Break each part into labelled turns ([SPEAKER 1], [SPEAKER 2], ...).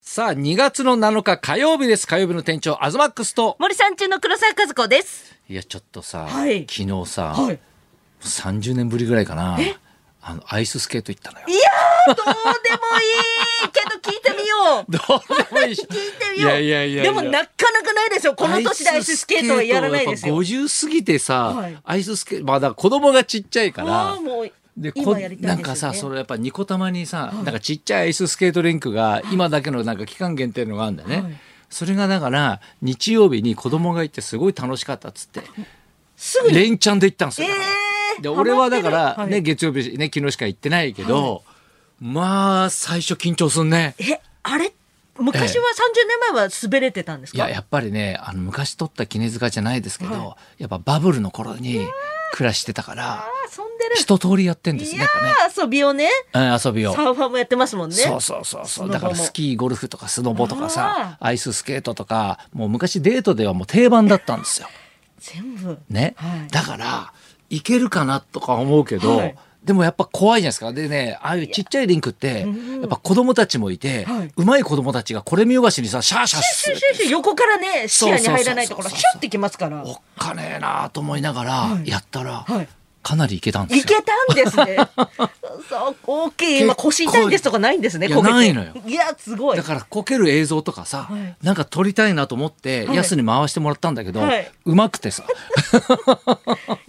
[SPEAKER 1] さあ、2月の7日火曜日です。火曜日の店長、アズマックスと。
[SPEAKER 2] 森さん中の黒沢和子です。
[SPEAKER 1] いや、ちょっとさ、
[SPEAKER 2] はい
[SPEAKER 1] 昨日さ、
[SPEAKER 2] はい
[SPEAKER 1] 30年ぶりぐらいかな。あの、アイススケート行ったのよ。
[SPEAKER 2] どうでもいいけど聞いてみよう。
[SPEAKER 1] どうでもいい し。
[SPEAKER 2] 聞いてみよ
[SPEAKER 1] い
[SPEAKER 2] う。
[SPEAKER 1] やいやいやいや
[SPEAKER 2] でもなかなかないですよ。この年でアイススケートはやらないですよ
[SPEAKER 1] ア。イススケートをやっぱ50過ぎてさ、
[SPEAKER 2] はい
[SPEAKER 1] アイススケート、まあ、だから子供がちっちゃいか
[SPEAKER 2] あ
[SPEAKER 1] ら
[SPEAKER 2] あ、。もう
[SPEAKER 1] でこ
[SPEAKER 2] 今やりた
[SPEAKER 1] ない
[SPEAKER 2] ですよ
[SPEAKER 1] ん
[SPEAKER 2] ね。
[SPEAKER 1] かさそれやっぱニコ玉にさ、なんかちっちゃいアイススケートリンクが今だけのなんか期間限定のがあるんだよね、それがだから日曜日に子供が行ってすごい楽しかったっつって
[SPEAKER 2] すぐに。
[SPEAKER 1] 連チャンで行ったんです
[SPEAKER 2] え
[SPEAKER 1] よ、
[SPEAKER 2] え
[SPEAKER 1] で俺はだか
[SPEAKER 2] ハマ
[SPEAKER 1] ら
[SPEAKER 2] ってる
[SPEAKER 1] ね、
[SPEAKER 2] はい
[SPEAKER 1] 月曜日ね昨日しか行ってないけど、まあ最初緊張すんね
[SPEAKER 2] え、あれ昔は30年前は滑れてたんです
[SPEAKER 1] い
[SPEAKER 2] か
[SPEAKER 1] ややっぱりねあの昔撮った絹塚じゃないですけど、
[SPEAKER 2] は
[SPEAKER 1] やっぱバブルの頃に暮らしてたから
[SPEAKER 2] あー遊んでる。
[SPEAKER 1] 一通りやってんです
[SPEAKER 2] い
[SPEAKER 1] ね
[SPEAKER 2] や
[SPEAKER 1] やっぱね
[SPEAKER 2] ー、遊びをね、
[SPEAKER 1] うん遊びを。
[SPEAKER 2] サーファーもやってますもんね。
[SPEAKER 1] そうそうそう
[SPEAKER 2] ス
[SPEAKER 1] そう
[SPEAKER 2] ノボも
[SPEAKER 1] だからスキーゴルフとかスノボとかさ
[SPEAKER 2] あ
[SPEAKER 1] アイススケートとかもう昔デートではもう定番だったんですよ。
[SPEAKER 2] 全部。
[SPEAKER 1] ね、
[SPEAKER 2] はい
[SPEAKER 1] だから行けるかなとか思うけど、
[SPEAKER 2] はい
[SPEAKER 1] でもやっぱ怖いじゃないですかでねああいうちっちゃいリンクって
[SPEAKER 2] うん
[SPEAKER 1] やっぱ子供たちもいて、
[SPEAKER 2] はいう
[SPEAKER 1] まい子供たちがこれ見よがしにさシャーシャー
[SPEAKER 2] シ
[SPEAKER 1] す
[SPEAKER 2] ュ
[SPEAKER 1] る
[SPEAKER 2] ッシュッシュッ横からね、視野に入らないところ、
[SPEAKER 1] そ
[SPEAKER 2] シ
[SPEAKER 1] うそうそうそう
[SPEAKER 2] ュッてきますから。
[SPEAKER 1] おっかねえなと思いながら
[SPEAKER 2] はい
[SPEAKER 1] やったら、
[SPEAKER 2] はい
[SPEAKER 1] かなりいけたんです
[SPEAKER 2] い
[SPEAKER 1] よ。
[SPEAKER 2] けたんですね。 そう、大きい、今
[SPEAKER 1] 結構
[SPEAKER 2] 腰痛いんですとかないんですね。
[SPEAKER 1] いや
[SPEAKER 2] こけて
[SPEAKER 1] ないのよ
[SPEAKER 2] いや、すごい。
[SPEAKER 1] だからこける映像とかさ、
[SPEAKER 2] はい
[SPEAKER 1] なんか撮りたいなと思って、
[SPEAKER 2] はい
[SPEAKER 1] ヤスに回してもらったんだけど、
[SPEAKER 2] はいう
[SPEAKER 1] まくてさ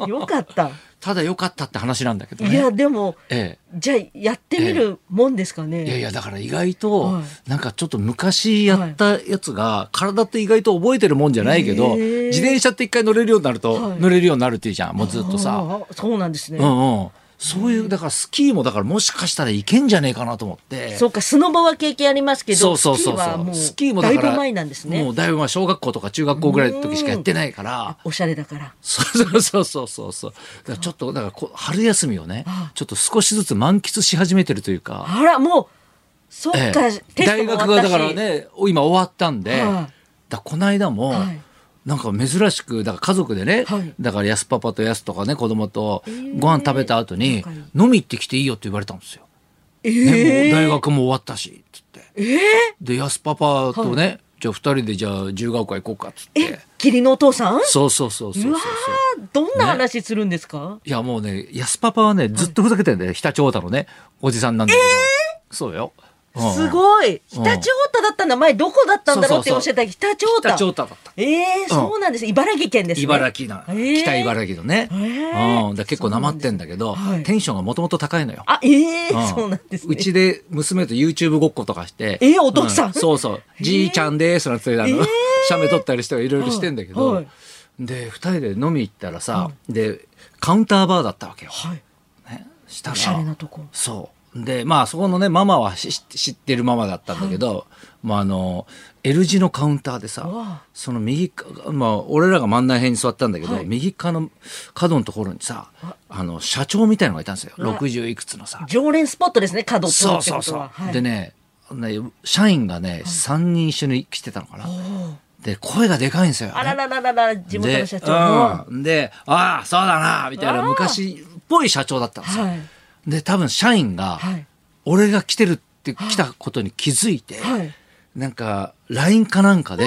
[SPEAKER 2] よ かった。
[SPEAKER 1] ただ良かったって話なんだけどね。
[SPEAKER 2] いや、でも、
[SPEAKER 1] え
[SPEAKER 2] じゃあ、やってみるもんですかね。
[SPEAKER 1] え、いやいやだから意外と、
[SPEAKER 2] はい
[SPEAKER 1] なんかちょっと昔やったやつが体って意外と覚えてるもんじゃないけど、
[SPEAKER 2] へえ
[SPEAKER 1] 自転車って一回乗れるようになると、
[SPEAKER 2] はい
[SPEAKER 1] 乗れるようになるっていうじゃんもうずっと
[SPEAKER 2] あ
[SPEAKER 1] さ。
[SPEAKER 2] ー。そうなんです
[SPEAKER 1] うん
[SPEAKER 2] ね。
[SPEAKER 1] うん、そういうだからスキーもだからもしかしたらいけんじゃねえかなと思って。
[SPEAKER 2] そうか、スノボは経験ありますけど、
[SPEAKER 1] そうそうそう
[SPEAKER 2] スキーは
[SPEAKER 1] そ
[SPEAKER 2] も
[SPEAKER 1] う
[SPEAKER 2] う、
[SPEAKER 1] スキーもだから
[SPEAKER 2] だいぶ前なんです
[SPEAKER 1] も
[SPEAKER 2] ね
[SPEAKER 1] う。だいぶ前小学校とか中学校ぐらいの時しかやってないから
[SPEAKER 2] おしゃれだから。
[SPEAKER 1] そうそうそうそうそうだからちょっとだからこ春休みをね
[SPEAKER 2] はい
[SPEAKER 1] ちょっと少しずつ満喫し始めてるというか
[SPEAKER 2] あら、もう、そっか、
[SPEAKER 1] ええ
[SPEAKER 2] テスト
[SPEAKER 1] 大
[SPEAKER 2] も終わっ
[SPEAKER 1] 学がだ
[SPEAKER 2] たし
[SPEAKER 1] から。ね今終わったんで、
[SPEAKER 2] はい
[SPEAKER 1] だこの間も、
[SPEAKER 2] はい
[SPEAKER 1] なんか珍しくだから家族でね、
[SPEAKER 2] はい
[SPEAKER 1] だからやすパパとやすとかね子供と
[SPEAKER 2] ー
[SPEAKER 1] ご飯食べた後に、
[SPEAKER 2] 仲いい
[SPEAKER 1] 飲み行ってきていいよって言われたんですよ。
[SPEAKER 2] え
[SPEAKER 1] ね
[SPEAKER 2] え
[SPEAKER 1] もう大学も終わったしっつって。でやすパパとね、じゃあ2人でじゃあ自由が丘行こうかっつって
[SPEAKER 2] え、義理のお父さん
[SPEAKER 1] そうそうそうそうそうそ
[SPEAKER 2] うわ
[SPEAKER 1] う。
[SPEAKER 2] ーどんな話するんですか
[SPEAKER 1] いやもうね、やすパパはね、ずっとふざけてんだよ。常太のね、おじさんなんだけど。そうよ。うん
[SPEAKER 2] すごい常陸太田だったんだ前どこだったんだろうって
[SPEAKER 1] そ
[SPEAKER 2] お
[SPEAKER 1] う
[SPEAKER 2] っ
[SPEAKER 1] そ
[SPEAKER 2] し
[SPEAKER 1] う
[SPEAKER 2] ゃった常陸
[SPEAKER 1] 常
[SPEAKER 2] 太
[SPEAKER 1] 太
[SPEAKER 2] 田
[SPEAKER 1] だった。
[SPEAKER 2] ええそうなんです茨城県ですね
[SPEAKER 1] 茨城な、
[SPEAKER 2] えー
[SPEAKER 1] 北茨城のね、
[SPEAKER 2] えー
[SPEAKER 1] うん、だから結構なまってんだけど、
[SPEAKER 2] そうなんですねはい
[SPEAKER 1] テンションがもともと高いのよ。
[SPEAKER 2] あええ
[SPEAKER 1] ん
[SPEAKER 2] そうなんです
[SPEAKER 1] う
[SPEAKER 2] ね
[SPEAKER 1] ちで娘と YouTube ごっことかして。
[SPEAKER 2] えーお父さん
[SPEAKER 1] うそうそう。じいちゃんですなんて、あの、
[SPEAKER 2] えー
[SPEAKER 1] 写メ撮ったりしていろいろしてんだけど、
[SPEAKER 2] はいはい
[SPEAKER 1] で、二人で飲み行ったらさ、で、カウンターバーだったわけよ。
[SPEAKER 2] はい
[SPEAKER 1] ね、したら
[SPEAKER 2] おしゃれなとこ
[SPEAKER 1] そうでまあそこのねママはし知ってるママだったんだけど、まあ、あの L 字のカウンターで
[SPEAKER 2] う
[SPEAKER 1] さ
[SPEAKER 2] わ
[SPEAKER 1] その右かまあ俺らが真ん中辺に座ったんだけど、
[SPEAKER 2] はい
[SPEAKER 1] 右側の角のところにさあの社長みたいのがいたんですよ
[SPEAKER 2] うわ
[SPEAKER 1] 60いくつのさ
[SPEAKER 2] 常連スポットですね角っぽ
[SPEAKER 1] そう
[SPEAKER 2] って
[SPEAKER 1] そう
[SPEAKER 2] こと
[SPEAKER 1] そう、
[SPEAKER 2] ははい
[SPEAKER 1] でねね社員がね、三3人一緒に来てたのかなで声がでかいんですよ、
[SPEAKER 2] あららららら地元の社長
[SPEAKER 1] で
[SPEAKER 2] の,、
[SPEAKER 1] うん、でああそうだなみたいな
[SPEAKER 2] あー
[SPEAKER 1] 昔っぽい社長だったんですよ、
[SPEAKER 2] はい
[SPEAKER 1] で多分社員が、
[SPEAKER 2] はい
[SPEAKER 1] 俺が来てるって来たことに気づいて、
[SPEAKER 2] はい
[SPEAKER 1] なんか LINE かなんかで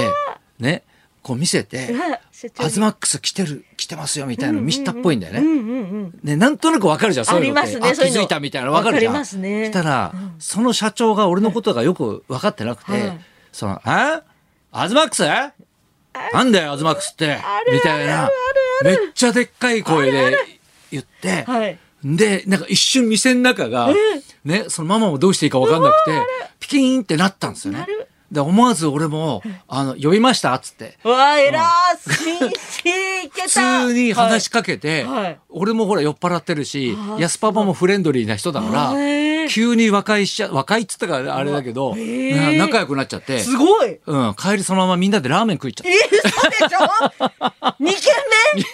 [SPEAKER 1] ねこう見せて
[SPEAKER 2] うわ社
[SPEAKER 1] 「
[SPEAKER 2] 長
[SPEAKER 1] アズマックス来てる来てますよ」みたいなの見せたっぽいんだよね。
[SPEAKER 2] うんうんうん
[SPEAKER 1] ね、なんとなくわかるじゃん、そういうのって。
[SPEAKER 2] ありますねそういう
[SPEAKER 1] 気
[SPEAKER 2] の
[SPEAKER 1] づいたみたいなのわかるじゃん。
[SPEAKER 2] わかりますね
[SPEAKER 1] したら、その社長が俺のことがよく分かってなくて、
[SPEAKER 2] はい
[SPEAKER 1] その、あアズマックスなんだよ、アズマックスって。みたいな。めっちゃでっかい声で言って、
[SPEAKER 2] はい
[SPEAKER 1] で、なんか一瞬店の中が、ね、そのママもどうしていいかわかんなくて、ピキーンってなったんですよね
[SPEAKER 2] なる。
[SPEAKER 1] で、思わず俺も、あの、呼びましたっつって。
[SPEAKER 2] うわえらー新鮮いけた
[SPEAKER 1] 普通に話しかけて、
[SPEAKER 2] はいはい
[SPEAKER 1] 俺もほら酔っ払ってるし
[SPEAKER 2] あ、ー
[SPEAKER 1] 安パパもフレンドリーな人だか
[SPEAKER 2] へ
[SPEAKER 1] ら、
[SPEAKER 2] ー
[SPEAKER 1] 急に和解しちゃ、和解っつったからあれだけど、
[SPEAKER 2] へー
[SPEAKER 1] な仲良くなっちゃって
[SPEAKER 2] はい、すごい
[SPEAKER 1] うん、帰りそのままみんなでラーメン食いちゃっ
[SPEAKER 2] え、嘘で しょ ?2 軒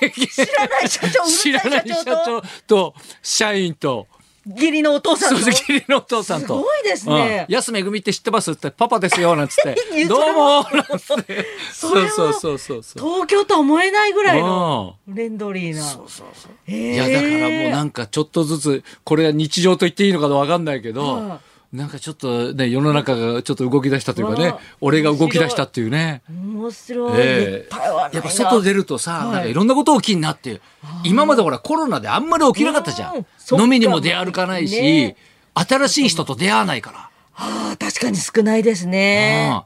[SPEAKER 2] 目知らない社 長、
[SPEAKER 1] た。
[SPEAKER 2] うるさ
[SPEAKER 1] 知らない
[SPEAKER 2] い
[SPEAKER 1] 社
[SPEAKER 2] 社長
[SPEAKER 1] 長
[SPEAKER 2] と、
[SPEAKER 1] と、社員と、
[SPEAKER 2] 義理のお父さん
[SPEAKER 1] そう
[SPEAKER 2] と。
[SPEAKER 1] 義理のお父さんと。
[SPEAKER 2] すごいですね
[SPEAKER 1] うん安めぐみって知ってますって、パパですよ、なんつって
[SPEAKER 2] 言。う
[SPEAKER 1] ど
[SPEAKER 2] そうれ
[SPEAKER 1] も
[SPEAKER 2] も
[SPEAKER 1] なんつって。
[SPEAKER 2] それ
[SPEAKER 1] そう
[SPEAKER 2] は
[SPEAKER 1] そうそうそうそう。
[SPEAKER 2] 東京とは思えないぐらいのフレンドリーな。
[SPEAKER 1] そうそうそう。
[SPEAKER 2] えー
[SPEAKER 1] いやだからもうなんかちょっとずつこれは日常と言っていいのかわかんないけど、
[SPEAKER 2] はい
[SPEAKER 1] なんかちょっとね、世の中がちょっと動き出したというかね
[SPEAKER 2] わあ、
[SPEAKER 1] 俺が動き出したっていうね。
[SPEAKER 2] 面白い。いっ
[SPEAKER 1] ええ
[SPEAKER 2] ぱいはないな
[SPEAKER 1] やっぱ外出るとさ、
[SPEAKER 2] はい
[SPEAKER 1] なんかいろんなこと起きになって今までほらコロナであんまり起きなかったじゃ
[SPEAKER 2] うん
[SPEAKER 1] ん
[SPEAKER 2] そっか
[SPEAKER 1] 飲みにも出歩かないし、
[SPEAKER 2] ね
[SPEAKER 1] 新しい人と出会わないから、
[SPEAKER 2] ああ、確かに少ないですね。
[SPEAKER 1] うん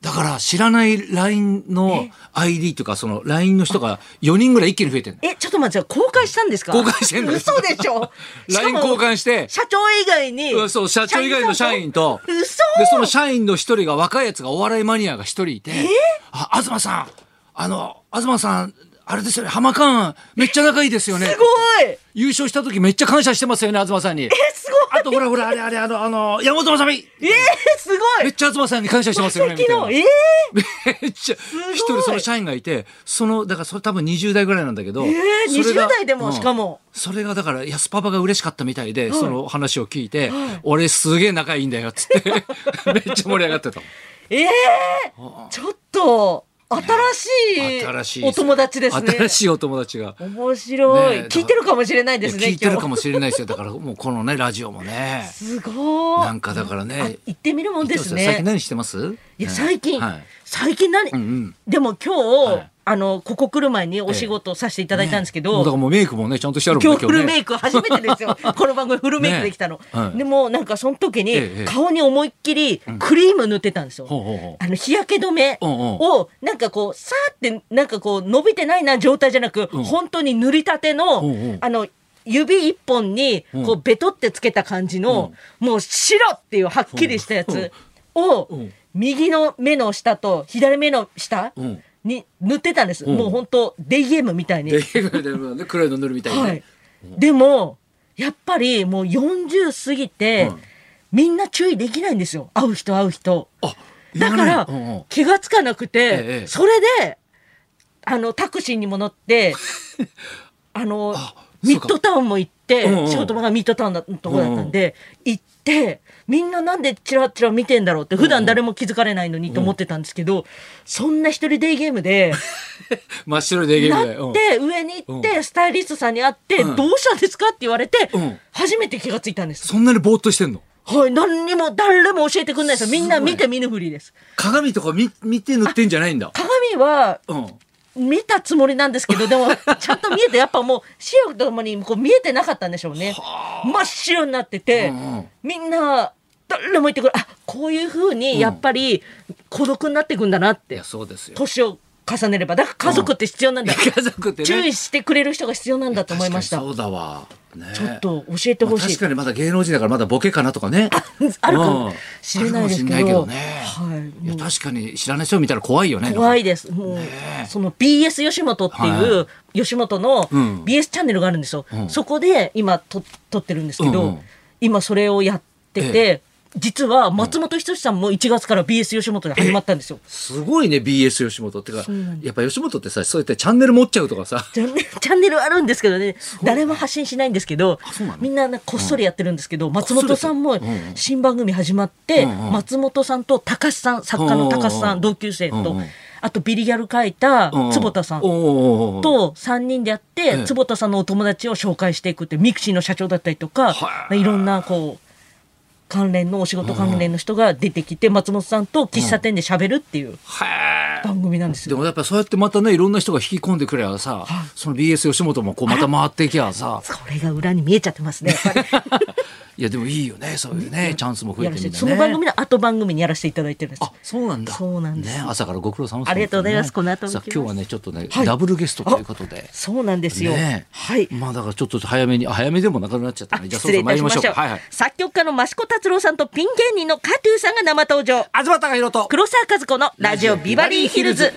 [SPEAKER 1] だから知らない LINE の ID とかその LINE の人が4人ぐらい一気に増えてる
[SPEAKER 2] え、ちょっと待って、公開したんですか
[SPEAKER 1] 公開してんのよ
[SPEAKER 2] 嘘でし ょ
[SPEAKER 1] LINE 交換して
[SPEAKER 2] 社長以外に
[SPEAKER 1] うん。そう社長以外の社員と
[SPEAKER 2] 社員さんと
[SPEAKER 1] で
[SPEAKER 2] 嘘
[SPEAKER 1] その社員の一人が若いやつがお笑いマニアが一人いて「あ東さんあの東さんあれですよね浜カンめっちゃ仲いいですよね」
[SPEAKER 2] すごいえ、
[SPEAKER 1] 優勝した時めっちゃ感謝してますよね東さんに。
[SPEAKER 2] すごい
[SPEAKER 1] あとほらほらあれあれあのあの山本まさみ
[SPEAKER 2] えー、すご
[SPEAKER 1] め
[SPEAKER 2] い
[SPEAKER 1] っちゃ東さんに感謝してますよねみ
[SPEAKER 2] 奇
[SPEAKER 1] たい
[SPEAKER 2] 跡
[SPEAKER 1] な
[SPEAKER 2] のえー、
[SPEAKER 1] めっちゃ
[SPEAKER 2] ごい
[SPEAKER 1] 一人その社員がいてそのだからそれ多分20代ぐらいなんだけど、
[SPEAKER 2] えー
[SPEAKER 1] それが
[SPEAKER 2] 20代で
[SPEAKER 1] う
[SPEAKER 2] も
[SPEAKER 1] ん
[SPEAKER 2] しかも
[SPEAKER 1] それがだから安パパが嬉しかったみたいで、その話を聞いて、俺すげえ仲いいんだよっつってめっちゃ盛り上がってた
[SPEAKER 2] えー、ちょっと新しい
[SPEAKER 1] 新しい
[SPEAKER 2] お友達ですね
[SPEAKER 1] 新しいお友達が。
[SPEAKER 2] 面白
[SPEAKER 1] ね
[SPEAKER 2] い、
[SPEAKER 1] え
[SPEAKER 2] 聞いてるかもしれないですね
[SPEAKER 1] 聞いてるか
[SPEAKER 2] も
[SPEAKER 1] もしれないですよだからもうこのねラジオもね
[SPEAKER 2] すごい
[SPEAKER 1] なんかだから
[SPEAKER 2] あ
[SPEAKER 1] ね
[SPEAKER 2] 行ってみるもんです
[SPEAKER 1] 最近
[SPEAKER 2] ね
[SPEAKER 1] 何してます
[SPEAKER 2] いや最近、
[SPEAKER 1] はい
[SPEAKER 2] 最近何、
[SPEAKER 1] うんうん
[SPEAKER 2] でも今日、
[SPEAKER 1] はい
[SPEAKER 2] あのここ来る前にお仕事させていただいたんですけど、
[SPEAKER 1] もうだからもうメイクもねちゃんとしてあるもん
[SPEAKER 2] 今
[SPEAKER 1] ね
[SPEAKER 2] 日フルメイ
[SPEAKER 1] ク
[SPEAKER 2] ク初めてです よ。この番組フルメイクできたの。
[SPEAKER 1] ねはい
[SPEAKER 2] でもなんかその時
[SPEAKER 1] えええ
[SPEAKER 2] に
[SPEAKER 1] え
[SPEAKER 2] 顔に思いっきりクリーム塗ってたんですよ。
[SPEAKER 1] ほうほうほう
[SPEAKER 2] あの日焼け止め
[SPEAKER 1] うんうん
[SPEAKER 2] をなんかこうさーってなんかこう伸びてないな状態じゃなく、
[SPEAKER 1] うん
[SPEAKER 2] 本当に塗りたての、
[SPEAKER 1] うんうん
[SPEAKER 2] あの指一本に
[SPEAKER 1] うん
[SPEAKER 2] こうベトってつけた感じの、もう白っていうはっきりしたやつを
[SPEAKER 1] うん
[SPEAKER 2] 右の目の下と左目の下
[SPEAKER 1] うん
[SPEAKER 2] に塗ってたんです。
[SPEAKER 1] うん
[SPEAKER 2] もう本当デイゲームみたいに。
[SPEAKER 1] でね黒いの塗るみたいな
[SPEAKER 2] は
[SPEAKER 1] ね
[SPEAKER 2] い、でもやっぱりもう40過ぎて、
[SPEAKER 1] うん
[SPEAKER 2] みんな注意できないんですよ会う人会う人
[SPEAKER 1] あ
[SPEAKER 2] だか
[SPEAKER 1] 言
[SPEAKER 2] ら
[SPEAKER 1] わないうんうん
[SPEAKER 2] 気がつかなくて、
[SPEAKER 1] ええ
[SPEAKER 2] それであのタクシーにも乗って あの
[SPEAKER 1] あ
[SPEAKER 2] ミッドタウンも行って、
[SPEAKER 1] うんうん
[SPEAKER 2] 仕事場がミッドタウンだのとこだったんで、行ってみんななんでチラチラ見てんだろうって普段誰も気づかれないのにと思ってたんですけど、そんな一人デイゲームで。
[SPEAKER 1] 真っ白でゲー
[SPEAKER 2] な
[SPEAKER 1] ム
[SPEAKER 2] っ
[SPEAKER 1] でうん
[SPEAKER 2] て上に行っ
[SPEAKER 1] う
[SPEAKER 2] てスタイリストさんに会って「
[SPEAKER 1] うん
[SPEAKER 2] どうしたんですか?」って言われて
[SPEAKER 1] うん
[SPEAKER 2] 初めて気がついたんです。
[SPEAKER 1] そんなにぼーっとしてんの
[SPEAKER 2] はい何にも誰も教えてくれないですよみんな見て見ぬふりです。
[SPEAKER 1] 鏡とか見見て塗ってんじゃないんだ
[SPEAKER 2] 鏡は
[SPEAKER 1] うん
[SPEAKER 2] 見たつもりなんですけど でもちゃんと見えてやっぱもう視力とともにこう見えてなかったんでしょうね。真っ白になってて、
[SPEAKER 1] うんうん
[SPEAKER 2] みんな誰も言ってくれあこういうふうにやっぱり孤独になっていくんだなっ
[SPEAKER 1] い
[SPEAKER 2] て
[SPEAKER 1] やそうですよ
[SPEAKER 2] 年を重ねればだから家族って必要なんだ、
[SPEAKER 1] 家族ってね
[SPEAKER 2] 注意してくれる人が必要なんだと思いました。
[SPEAKER 1] 確かにそうだわね
[SPEAKER 2] ちょっと教えて
[SPEAKER 1] ま
[SPEAKER 2] ほ
[SPEAKER 1] あ
[SPEAKER 2] しい
[SPEAKER 1] 確。かにまだ芸能人だからまだボケかなとかね
[SPEAKER 2] あるか
[SPEAKER 1] う
[SPEAKER 2] も
[SPEAKER 1] ん
[SPEAKER 2] しれないですけど。
[SPEAKER 1] あるかもしれな
[SPEAKER 2] は
[SPEAKER 1] いいけどねいや確かに知らない人見たら怖いよね
[SPEAKER 2] 怖いです。もう、
[SPEAKER 1] ねえ
[SPEAKER 2] その BS 吉本っていう、吉本の
[SPEAKER 1] ん
[SPEAKER 2] BS チャンネルがあるんですよ。
[SPEAKER 1] うん
[SPEAKER 2] そこで今と撮ってるんですけど、
[SPEAKER 1] うんうん
[SPEAKER 2] 今それをやってて、
[SPEAKER 1] え
[SPEAKER 2] 実は松本人志さんも1月から BS 吉本で始まったんですよ。
[SPEAKER 1] すごいね BS 吉本ってか
[SPEAKER 2] そうなんです
[SPEAKER 1] やっぱ吉本ってさそうやってチャンネル持っちゃうとかさ
[SPEAKER 2] チャンネル チャンネルあるんですけどね、誰も発信しないんですけど
[SPEAKER 1] あそうなの、
[SPEAKER 2] みんなねこっそりやってるんですけど、松本さん
[SPEAKER 1] こ
[SPEAKER 2] も
[SPEAKER 1] っそりやってるうんうん
[SPEAKER 2] 新番組始まって、
[SPEAKER 1] うんうん
[SPEAKER 2] 松本さんと高須さん、作家の高須
[SPEAKER 1] うん
[SPEAKER 2] さ、
[SPEAKER 1] うんうんん
[SPEAKER 2] 同級生
[SPEAKER 1] うん
[SPEAKER 2] と
[SPEAKER 1] うん、
[SPEAKER 2] あとビリギャル書いた坪田さん
[SPEAKER 1] おうおうおう
[SPEAKER 2] と3人でやって、
[SPEAKER 1] え
[SPEAKER 2] 坪田さんのお友達を紹介していくって、ミクシーの社長だったりとか
[SPEAKER 1] は、あ
[SPEAKER 2] いろんなこう、関連のお仕事関連の人が出てきて、松本さんと喫茶店で喋るっていう
[SPEAKER 1] へえ
[SPEAKER 2] 番組なんです
[SPEAKER 1] で
[SPEAKER 2] よ。
[SPEAKER 1] もやっぱそうやってまたねいろんな人が引き込んでくればさ、その BS 吉本もこうまた回っていけばさ
[SPEAKER 2] それが裏に見えちゃってますね、やっぱり。
[SPEAKER 1] いやでもいいよねそういうねチャンスも増え
[SPEAKER 2] や
[SPEAKER 1] て
[SPEAKER 2] ら
[SPEAKER 1] み
[SPEAKER 2] せ
[SPEAKER 1] ん
[SPEAKER 2] て
[SPEAKER 1] なね
[SPEAKER 2] その番組の後番組にやらせていただいてるんです。
[SPEAKER 1] あそうなんだ
[SPEAKER 2] そうなんです
[SPEAKER 1] ね、朝からご苦労様です
[SPEAKER 2] ありがとうございます
[SPEAKER 1] 本当にね
[SPEAKER 2] この後も
[SPEAKER 1] さ
[SPEAKER 2] 行きます
[SPEAKER 1] 今日はねちょっとね、
[SPEAKER 2] はい
[SPEAKER 1] ダブルゲストということで
[SPEAKER 2] そうなんですよ。
[SPEAKER 1] ねえ
[SPEAKER 2] はい。
[SPEAKER 1] まあだからちょっと早めにあ早めでもなくなっちゃった
[SPEAKER 2] あ
[SPEAKER 1] ねじゃあそろ
[SPEAKER 2] 失
[SPEAKER 1] そ
[SPEAKER 2] 礼
[SPEAKER 1] ろ
[SPEAKER 2] い
[SPEAKER 1] 参
[SPEAKER 2] たし
[SPEAKER 1] りまし
[SPEAKER 2] まし
[SPEAKER 1] ょ
[SPEAKER 2] ょ
[SPEAKER 1] う。
[SPEAKER 2] う
[SPEAKER 1] はいはい
[SPEAKER 2] 作曲家の益子達郎さんとピン芸人のカトゥーさんが生登場。
[SPEAKER 1] 東貴博と
[SPEAKER 2] 黒沢和子のラジオビバリーヒルズ。